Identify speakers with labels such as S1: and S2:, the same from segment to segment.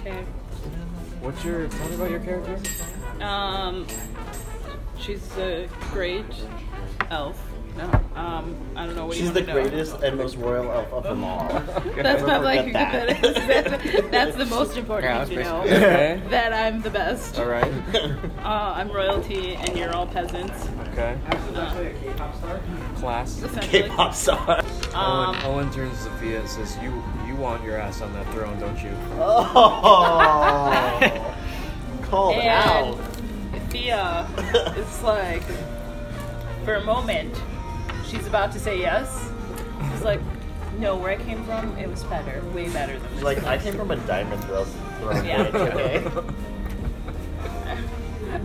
S1: Okay.
S2: What's your? Tell me about your character.
S1: Um, she's a great elf. No, um, I don't know what
S3: She's
S1: you
S3: the
S1: want to know.
S3: greatest and most royal elf of them all.
S1: That's
S3: Never
S1: not like
S3: forget
S1: you could- that's, that's the most important
S4: Yeah,
S1: thing to
S4: that's
S1: know.
S4: basically
S2: Okay.
S1: That I'm the best.
S2: All right.
S1: Uh, I'm royalty, and you're all peasants.
S2: Okay.
S1: Uh,
S2: Class.
S1: essentially.
S3: K-pop star.
S2: Owen,
S1: Um,
S2: Owen turns to Sophia and says, "You you want your ass on that throne, don't you?"
S3: Oh, called
S1: and
S3: out.
S1: Thea is like, for a moment, she's about to say yes. She's like, no, where I came from, it was better, way better than this.
S3: She's like, I came from a diamond throne. throne
S1: Yeah.
S3: bitch, okay.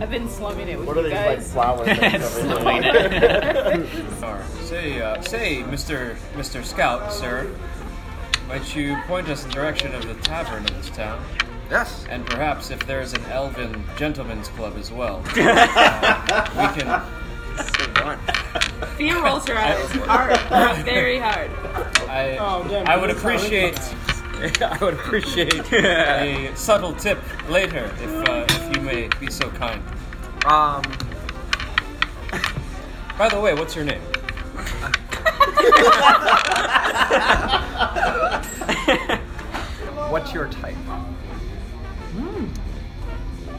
S1: I've been slumming it with
S3: What are
S1: you
S3: these like
S1: guys.
S3: flower things over
S4: Slowing
S3: here?
S5: Say, uh, say, Mister Mister Scout, sir, might you point us in the direction of the tavern of this town,
S4: Yes.
S5: and perhaps if there is an Elven Gentleman's Club as well, uh, we can.
S1: Thea rolls her eyes hard, very hard.
S5: I
S1: Oh, damn,
S5: I would
S1: that's not-
S5: appreciate
S4: I would appreciate.
S5: a subtle tip later, if uh, if you may be so kind.
S4: um,
S5: By the way, what's your name?
S4: what's your type?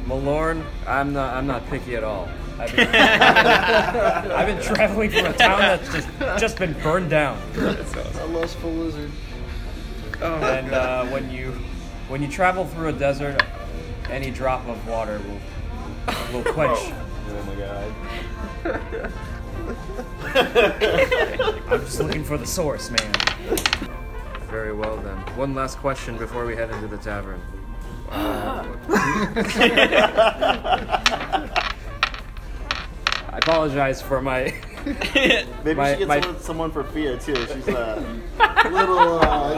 S2: Malorn, Hmm. I'm not I'm not picky at all. I've been, I've been traveling from a town that's just just been burned down.
S4: A lustful lizard.
S2: and uh, when you when you travel through a desert, any drop of water will will quench.
S3: Oh my god.
S2: I'm just looking for the source, man. Very well then. One last question before we head into the tavern. I apologize for my.
S3: Maybe
S2: My-
S3: she gets
S2: my-
S3: someone, someone for Fia too. She's uh, a little, uh,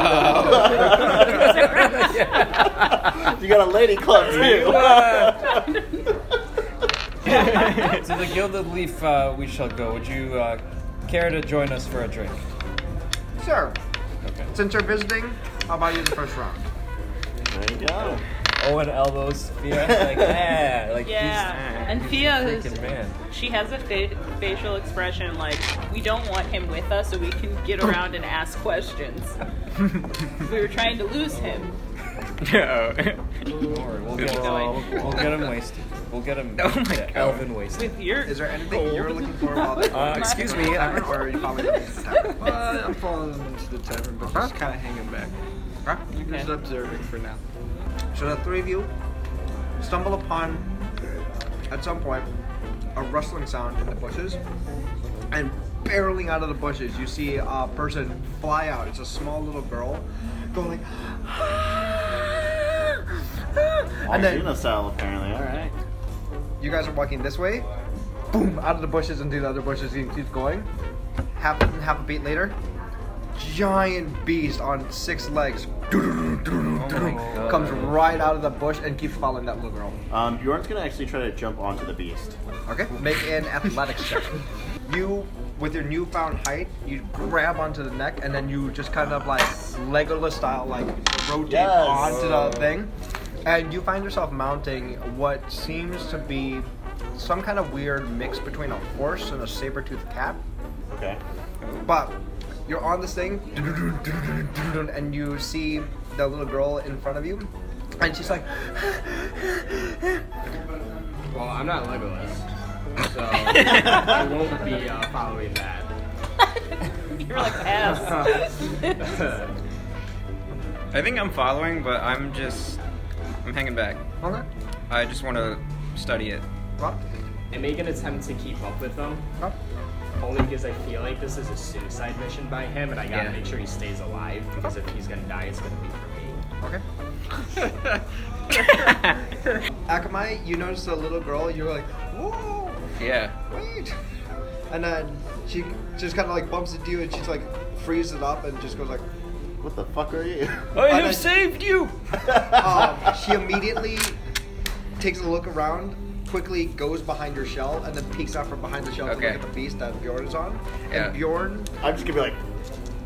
S3: you, know. you got a lady club too.
S5: To the Gilded Leaf, uh, we shall go. Would you uh, care to join us for a drink?
S4: Sure.
S5: Okay.
S4: Since you're visiting, I'll buy you the first round.
S3: There you go.
S2: Owen elbows Fia like yeah, like
S1: Yeah, and
S2: he's,
S1: Thea is
S2: he's a freaking man.
S1: She has a fa- facial expression like we don't want him with us, so we can get around and ask questions. we were trying to lose him.
S2: Don't worry, we'll get,
S1: Keep
S2: we'll,
S1: going.
S2: we'll get him wasted. We'll get him
S4: Oh my God.
S2: elven wasted.
S1: With your
S4: Is there anything you're looking for while they're
S2: Uh, excuse me, I'm-
S4: or are you following them into the tavern? I'm following them into the tavern, but just kind of hanging back. Just observing for now. So the three of you stumble upon, at some point, a rustling sound in the bushes, and barreling out of the bushes, you see a person fly out. It's a small little girl, going like, and then
S3: Argentina style apparently. All right.
S4: you guys are walking this way, boom, out of the bushes into the other bushes and keeps going. Half half a beat later, giant beast on six legs comes right out of the bush and keeps following that little girl.
S3: Um, Bjorn's gonna actually try to jump onto the beast.
S4: Okay, make an athletics check. You, with your newfound height, you grab onto the neck and then you just kind of like Legolas style, like rotate
S3: Yes.
S4: onto the thing, and you find yourself mounting what seems to be some kind of weird mix between a horse and a saber-toothed cat.
S3: Okay.
S4: But you're on this thing, and you see the little girl in front of you, and she's like,
S6: Well, I'm not Legolas, so I won't be uh, following that.
S1: you're like ass.
S7: I think I'm following, but I'm just I'm hanging back.
S4: "Okay,
S7: I just want to study it.
S4: what?
S6: I make an attempt to keep up with them,
S4: What?"
S6: only because I feel like this is a suicide mission by him, and I gotta
S7: Yeah.
S6: make sure he stays alive, because if he's gonna die, it's gonna be for me.
S4: Okay. Akamai, you notice the little girl, you're like, whoa,
S7: Yeah.
S4: wait. And then she just kind of like bumps into you and she's like, frees it up and just goes like,
S3: What the fuck are you?
S2: I
S4: have
S2: have saved you.
S4: um, she immediately takes a look around, quickly goes behind her shell, and then peeks out from behind the shell to
S7: Okay.
S4: look at the beast that Bjorn is on.
S7: Yeah.
S4: And Bjorn,
S3: I'm just gonna be like.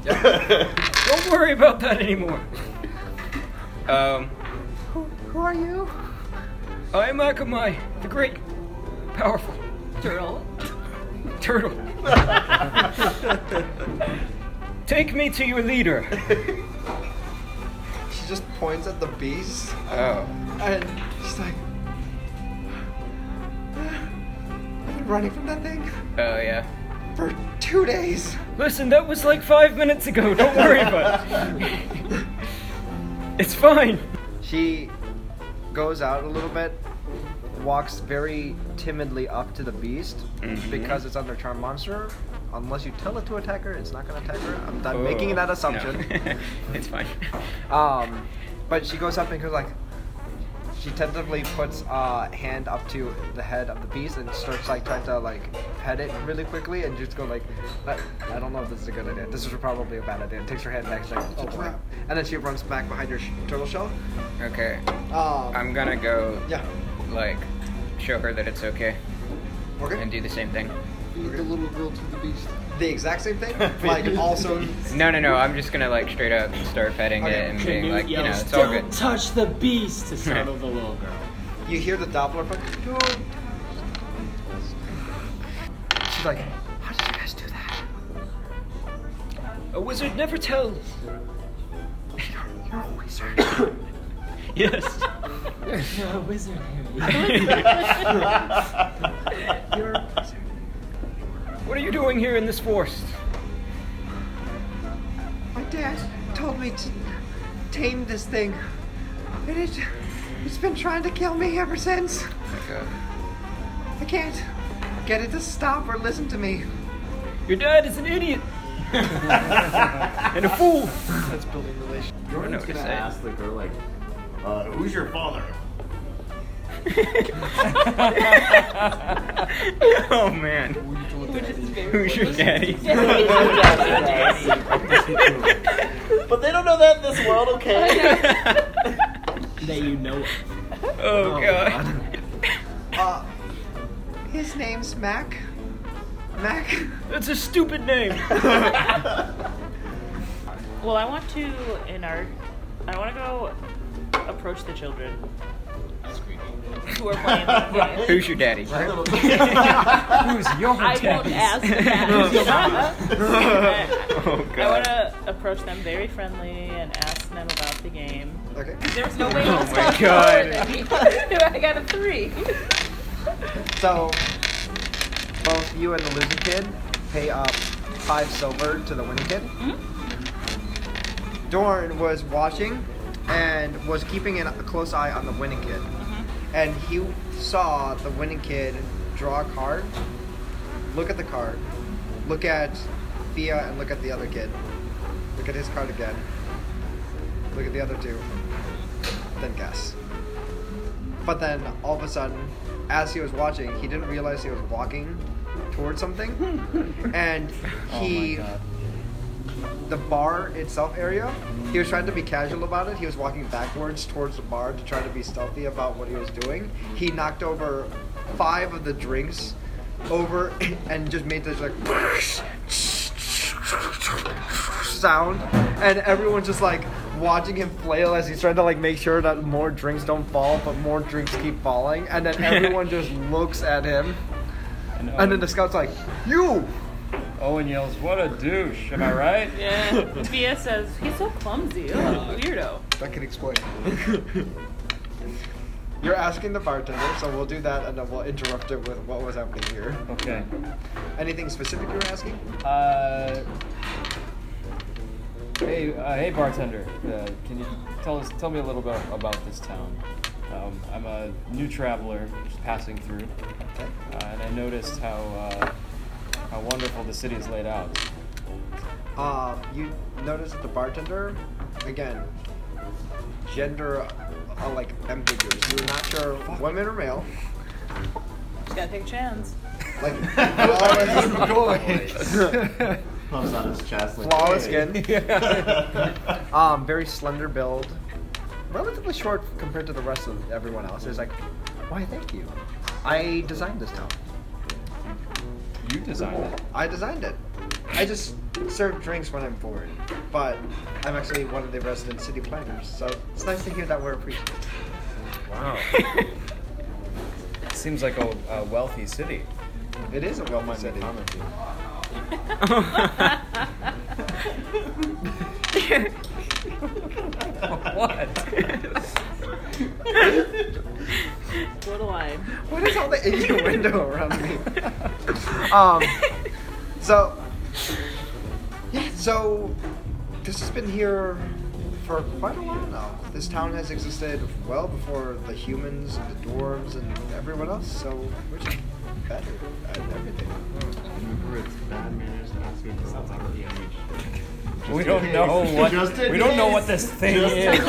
S7: Don't worry about that anymore. Um,
S5: I am Akamai, the great, powerful
S1: Turtle.
S5: turtle. Take me to your leader.
S4: She just points at the beast
S7: Oh.
S4: and she's like, I've been running from that thing
S7: Oh, yeah.
S4: for two days.
S5: Listen, that was like five minutes ago. Don't worry about it. It's fine.
S4: She goes out a little bit, walks very timidly up to the beast because it's under charm monster. Unless you tell it to attack her, it's not going to attack her. I'm
S2: Oh,
S4: done making that
S7: No.
S4: assumption.
S7: it's fine.
S4: Um, but she goes up and goes like, she tentatively puts a uh, hand up to the head of the beast and starts like trying to like pet it really quickly and just go like, I, I don't know if this is a good idea. This is probably a bad idea. And takes her hand back, she's like, oh crap. And then she runs back behind your sh- turtle shell.
S7: Okay.
S4: Um,
S7: I'm gonna go,
S4: yeah.
S7: like, show her that it's okay
S4: Okay.
S7: and do the same thing.
S8: Feed the little girl to the beast.
S4: the exact same thing. like also.
S7: No, no, no. I'm just gonna, like, straight up start petting
S4: Okay.
S7: it and being like, you know,
S6: yells,
S7: it's all
S6: Don't
S7: good.
S6: touch the beast to startle the little girl.
S4: You hear the Doppler effect. "Don't touch this." She's like, how did you guys do that?
S5: A wizard never tells.
S4: You're a wizard.
S5: Yes.
S6: You're a wizard,
S4: You're a wizard.
S5: What are you doing here in this forest?
S4: My dad told me to tame this thing, and it, it's been trying to kill me ever since. I can't get it to stop or listen to me.
S5: Your dad is an idiot. and a fool.
S3: Jordan's
S7: what
S3: gonna
S7: to say.
S3: ask the girl like, uh, "Who's your father?"
S7: oh, man.
S1: Which is very
S7: Who's your daddy?
S3: But they don't know that in this world, okay?
S6: that you know.
S7: Oh, God.
S4: Uh, his name's Mac. Mac.
S5: That's a stupid name.
S1: Well, I want to in our. I want to go approach the children who are playing the game.
S7: Who's your daddy?
S2: Who's your
S1: I won't ask them that.
S7: Oh,
S1: I want
S7: God.
S1: to approach them very friendly and ask them about the game.
S4: Okay.
S1: There's no way I was
S7: Oh my
S1: talking
S7: God.
S1: lower than me. I got a three.
S4: So, both you and the losing kid pay up five silver to the winning kid. Dorn was watching and was keeping an- a close eye on the winning kid. And he saw the winning kid draw a card, look at the card, look at Thea, and look at the other kid. Look at his card again. Look at the other two. Then guess. But then all of a sudden, as he was watching, he didn't realize he was walking towards something, and he, the bar itself area, he was trying to be casual about it. He was walking backwards towards the bar to try to be stealthy about what he was doing. He knocked over five of the drinks over and just made this like sound and everyone's just like watching him flail as he's trying to like make sure that more drinks don't fall but more drinks keep falling and then everyone just looks at him and then the scout's like you
S2: Owen yells, "What a douche!" Am I right?
S1: Yeah. Via says he's so clumsy. Oh, weirdo.
S4: that can explain you're asking the bartender so we'll do that and then we'll interrupt it with what was happening here
S2: Okay.
S4: anything specific you were asking
S2: Uh, hey, uh, hey, bartender. Uh, can you tell us, tell me a little bit about this town? Um, I'm a new traveler, just passing through,
S4: okay
S2: uh, and I noticed how uh, how wonderful the city is laid out.
S4: Um, you notice that the bartender, again, gender uh, like ambiguous. You're not sure women or male.
S1: Just gotta take a chance.
S4: Like flawless,
S3: Pumps on his chest like,
S4: flawless
S3: "Hey."
S4: skin. Um, very slender build, relatively short compared to the rest of everyone else. It's like, why? Thank you. I designed this town.
S2: You designed it.
S4: I designed it. I just serve drinks when I'm bored, but I'm actually one of the resident city planners, so it's nice to hear that we're appreciated.
S2: Wow. Seems like a, a wealthy city.
S4: It is a well-minded city.
S2: What?
S1: What a line.
S4: What is all the innuendo around me? um, so, yeah, so this has been here for quite a while now. This town has existed well before the humans and the dwarves and everyone else, so we're just better at everything.
S2: we don't know what.
S3: Just in
S2: We don't know
S3: case.
S2: what this thing
S3: Just in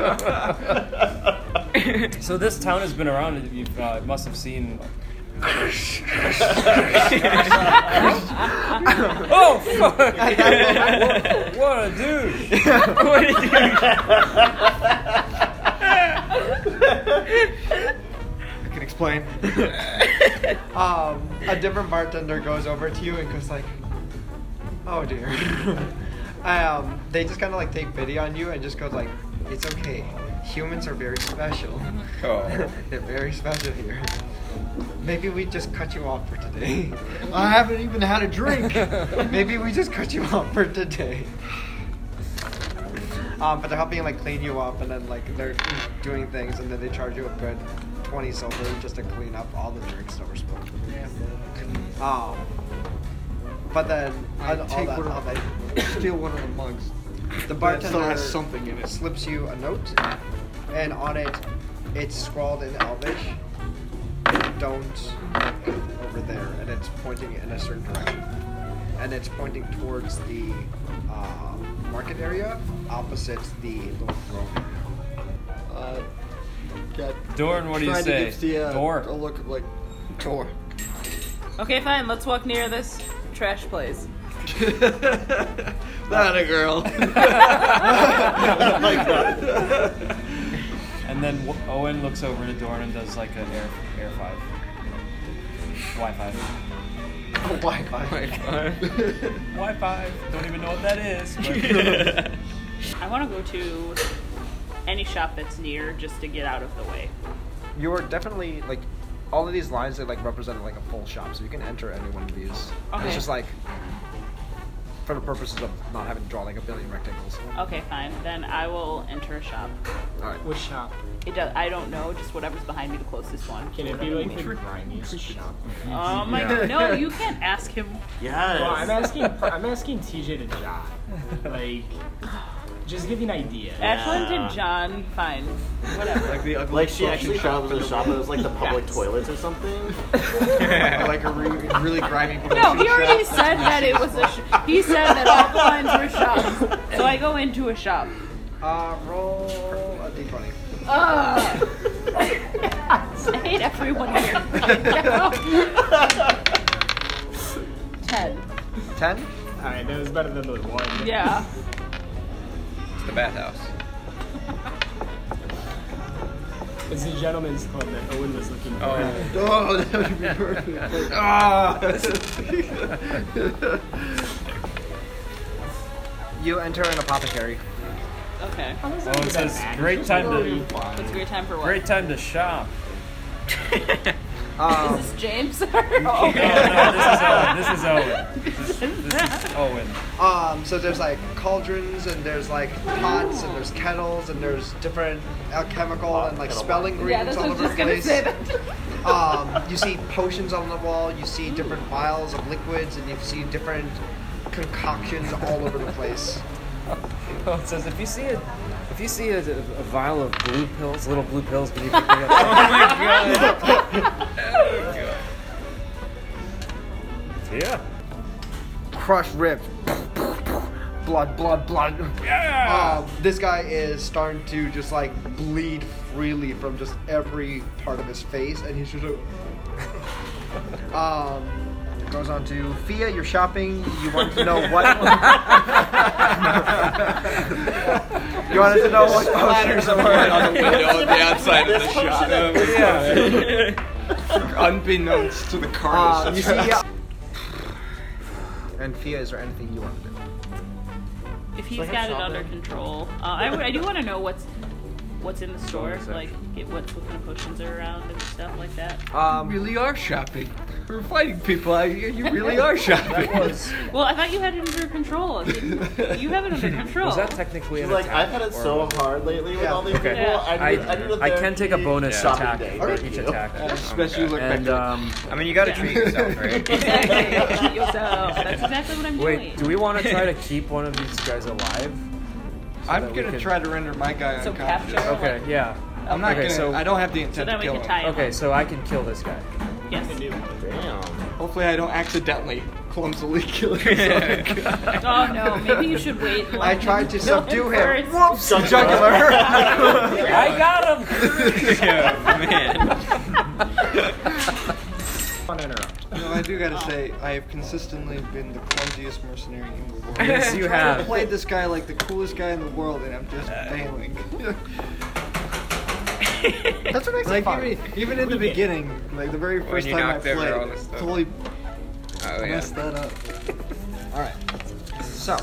S8: Oh,
S2: is.
S3: case.
S2: So this town has been around. and You uh, must have seen. oh fuck! what, what a dude! What a dude!
S4: I can explain. um, a different bartender goes over to you and goes like, "Oh dear." um, they just kind of like take pity on you and just goes like, "It's okay. Humans are very special.
S7: Oh.
S4: They're very special here. Maybe we just cut you off for today. I haven't even had a drink. Maybe we just cut you off for today." Um, but they're helping like clean you up, and then like they're doing things, and then they charge you a good twenty silver just to clean up all the drinks that were spilled. Um, but then
S6: I
S4: all
S6: take
S4: that,
S6: one
S4: all
S6: of
S4: that,
S6: Steal one of the mugs.
S4: the
S6: That still
S4: bartender
S6: has something in it.
S4: slips you a note, and on it, it's scrawled in Elvish. Don't look over there, and it's pointing in a certain direction, and it's pointing towards the uh, market area opposite the little throne area.
S8: Uh, yeah,
S2: Dorn, what do you
S8: trying
S2: say?
S8: To give the, uh,
S2: Door.
S8: A look like door.
S1: Okay, fine. Let's walk near this trash place.
S8: Not a girl.
S3: like that.
S2: And then w- Owen looks over to Dorn and does like an air air five, Wi five,
S4: Oh, Wi-Fi.
S2: Wi five. Don't even know what that is. but-
S1: I want to go to any shop that's near just to get out of the way.
S4: You are definitely like all of these lines are like represented like a full shop, so you can enter any one of these.
S1: Okay.
S4: It's just like for the purposes of not having to draw like a billion rectangles.
S1: Okay, fine. Then I will enter a shop.
S4: All right.
S6: Which shop?
S1: It does, I don't know. Just whatever's behind me, the closest one.
S6: Can it be like the grimiest shop?
S1: Oh my
S7: Yeah.
S1: god! No, you can't ask him.
S3: Yes.
S6: Well, Uh, I'm asking. I'm asking TJ to jot. Like, just give you an idea.
S7: Eh.
S1: Ashland and John, fine, whatever.
S6: the ugly
S3: like she actually shot up in the shop. It was like the public
S6: Yes.
S3: toilets or something.
S4: like a re- really grimy.
S1: No, he already said that it was a. Sh- he said that all the lines were shops. So I go into a shop.
S4: Uh, roll a d20.
S1: Ugh. I hate everyone here. Ten.
S4: Ten.
S6: All right, that was better than the one.
S1: Yeah.
S7: the bathhouse.
S6: It's the gentleman's club that Owen was looking for.
S7: Oh.
S8: oh, that would be perfect.
S4: You enter an apothecary.
S1: Okay.
S2: Owen says, "Great time to Oh,
S1: It's a great time for what?
S2: great time to shop."
S4: Um,
S1: Is this James? oh,
S2: No, no, this is Owen. This is Owen. This is Owen.
S4: Um, so there's like cauldrons and there's like pots and there's kettles and there's different alchemical and like
S3: kettle
S4: spelling
S1: yeah, that's
S4: ingredients all
S1: what I was
S4: over the
S1: just gonna
S4: place.
S1: say. That.
S4: Um, you see potions on the wall. You see different vials of liquids and you see different concoctions all over the place.
S2: Owen says, "If you see a, if you see a, a vial of blue pills, little blue pills, can you pick me up?" oh my god. Yeah.
S4: Crush rib. blood, blood, blood.
S2: Yeah.
S4: Um, this guy is starting to just like bleed freely from just every part of his face, and he's just like. um, goes on to Fia. You're shopping. You wanted to know what. you wanted to know what
S7: Splatters
S4: potions.
S7: apart on the window on the outside of the shop.
S2: yeah.
S6: Unbeknownst to the
S4: Uh,
S6: cardinal.
S4: you see, And Fia, is there anything you want to do?
S1: If he's
S4: I have
S1: got it
S4: shop
S1: under
S4: there.
S1: control, uh, I, would- I do want to know what's what's in the store,
S4: the
S1: like get what what kind of potions are around and stuff like that.
S4: Um,
S8: really are shopping. We're fighting people. I, you really are shopping.
S1: Well, I thought you had it under control. You have it under control.
S2: Was that technically
S3: She's
S2: an
S3: like,
S2: attack?
S3: I've had it
S2: or-
S3: so hard lately with
S4: Yeah.
S3: all these
S2: Okay.
S3: people. I, need, I, need a
S2: I can take a
S3: therapy
S2: bonus
S3: shopping
S2: attack
S3: day.
S2: for
S3: Thank
S2: each
S3: you.
S2: attack.
S4: especially you look back
S2: And
S4: to-
S2: um,
S7: I mean, you gotta
S1: Yeah.
S7: treat yourself, right?
S1: Exactly. Treat yourself. That's exactly what I'm
S2: wait,
S1: doing.
S2: do we want to try to keep one of these guys alive? So
S4: I'm
S2: that we
S4: gonna
S2: can-
S4: try to render my guy
S1: So
S4: unconscious.
S1: capture-
S2: Okay, yeah.
S4: I'm not
S2: Okay,
S4: gonna.
S2: so-
S4: I don't have the intent
S1: So
S4: to
S1: then we
S4: kill
S1: can
S4: him.
S1: tie him.
S2: Okay, so I can kill this guy.
S1: Yes.
S8: Hopefully, I don't accidentally clumsily kill him.
S1: Oh no. Maybe you should wait. and
S4: I
S1: let
S4: tried
S1: him
S4: to
S1: go
S4: subdue him.
S1: first.
S4: Whoops!
S3: Jugular.
S4: Jugular.
S2: I got him.
S4: Oh, no, I do gotta say, I have consistently been the clumsiest mercenary in the world.
S2: Yes, you
S4: I
S2: have.
S4: played this guy like the coolest guy in the world, and I'm just failing.
S8: That's what I
S4: Like even, even in the beginning, like the very first
S7: you
S4: time I
S7: knocked over all
S4: played,
S7: the stuff.
S4: totally
S7: Oh, yeah.
S4: messed that up. All right. So,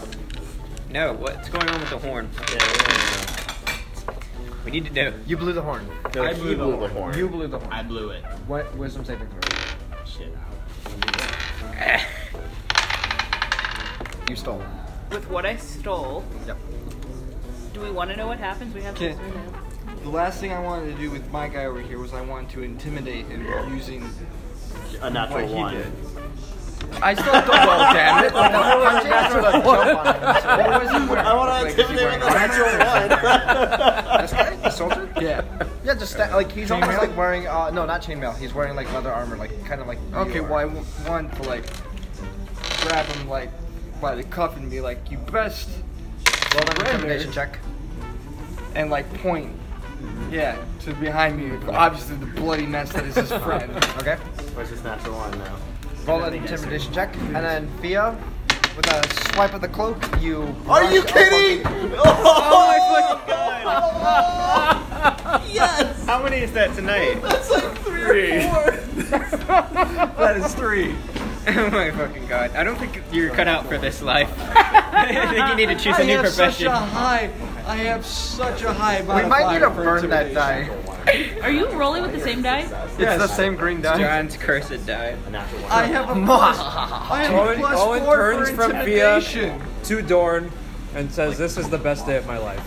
S7: No, what's going on with the horn? We need to know.
S4: you blew the horn.
S3: I blew the horn.
S4: You blew the horn.
S6: I blew it.
S4: What wisdom saving throw?
S6: Shit.
S4: You stole.
S1: With what I stole.
S4: Yep.
S1: Do we want to know what happens? We have
S4: Okay.
S1: to.
S4: The last thing I wanted to do with my guy over here was I wanted to intimidate him using.
S3: A natural
S4: What he
S3: one.
S4: did.
S6: I still have to roll, damn it.
S4: What was he wearing?
S3: I want to
S4: Like, was he
S3: intimidate
S4: wearing
S3: with a natural one.
S4: That's right, the soldier. Yeah, yeah, just sta- like he's almost like wearing uh, no, not chainmail. He's wearing like leather armor, like kind of like. Okay, well, I w- want to like grab him like by the cuff and be like, "You best." Well, then intimidation check. And like point, yeah, to behind me. Obviously, the bloody mess that is his friend. Okay.
S3: Where's this natural one now?
S4: Roll an intimidation check, and then Fia, with a swipe of the cloak, you.
S3: Are you
S4: rush up on-
S3: kidding? Oh, my god! yes!
S7: How many is that tonight?
S3: That's like three, or four.
S4: That is three.
S7: oh my fucking god. I don't think you're cut out for this life. I think you need to choose a
S8: I
S7: new
S8: have such
S7: profession.
S8: a high. I have such a high.
S4: We might need to burn that die.
S1: Are you rolling with the same die?
S4: It's the same green
S7: John's cursed die.
S3: A natural one.
S8: I have a plus. I have
S2: Owen,
S8: a plus
S2: Owen
S8: four
S2: turns
S8: for
S2: from Via
S8: intimidation.
S2: to Dorn and says, "This is the best day of my life."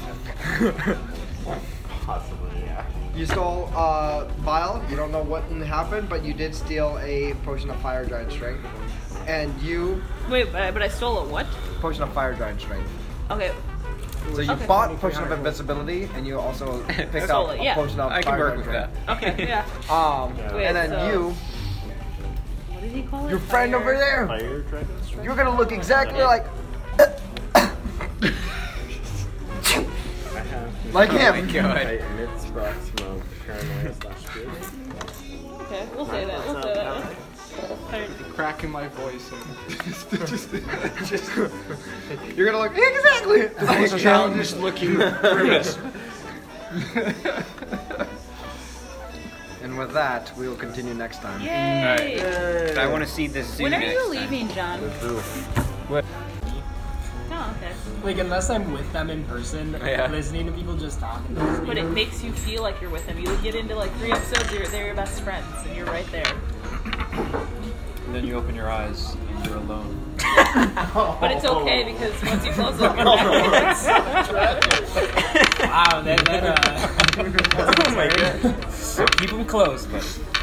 S3: Possibly, yeah.
S4: You stole a uh, vial. You don't know what happened, but you did steal a potion of fire giant strength, and you
S1: Wait, uh, but I, but I stole a what?
S4: potion of fire giant strength.
S1: Okay.
S4: So you
S1: Okay.
S4: bought a potion of invincibility, and you also picked
S1: Stole
S4: up
S1: it,
S4: a
S1: yeah.
S4: potion of
S7: I can
S4: fire
S7: work
S4: giant
S7: with
S4: strength.
S7: that.
S1: Okay. Yeah.
S4: Um,
S1: Wait,
S4: and then
S1: so-
S4: you,
S1: What did he call it?
S4: your friend
S1: Fire-
S4: over there,
S3: Fire dragon strike?
S4: You're gonna look exactly like. like him.
S7: God.
S3: smoke, paranoia slash fear.
S1: Okay, we'll say that. We'll say that. Fire-
S8: Crack in my voice. And just, just,
S4: You're gonna look exactly like him.
S8: childish looking grimace.
S4: And with that, we will continue next time.
S1: Yay!
S7: I want to see this zoo
S1: When are
S7: next
S1: you
S7: time.
S1: leaving, John? Oh, okay.
S6: Like, unless I'm with them in person,
S7: Yeah.
S6: listening to people just talking. listening
S1: But
S6: to
S1: it
S6: them.
S1: makes you feel like you're with them. You get into like three episodes, you're, they're your best friends, and you're right there.
S5: And then you open your eyes and you're alone.
S1: But it's okay because once you close them,
S6: Wow, that, that, uh,
S5: oh my god. Keep them closed, but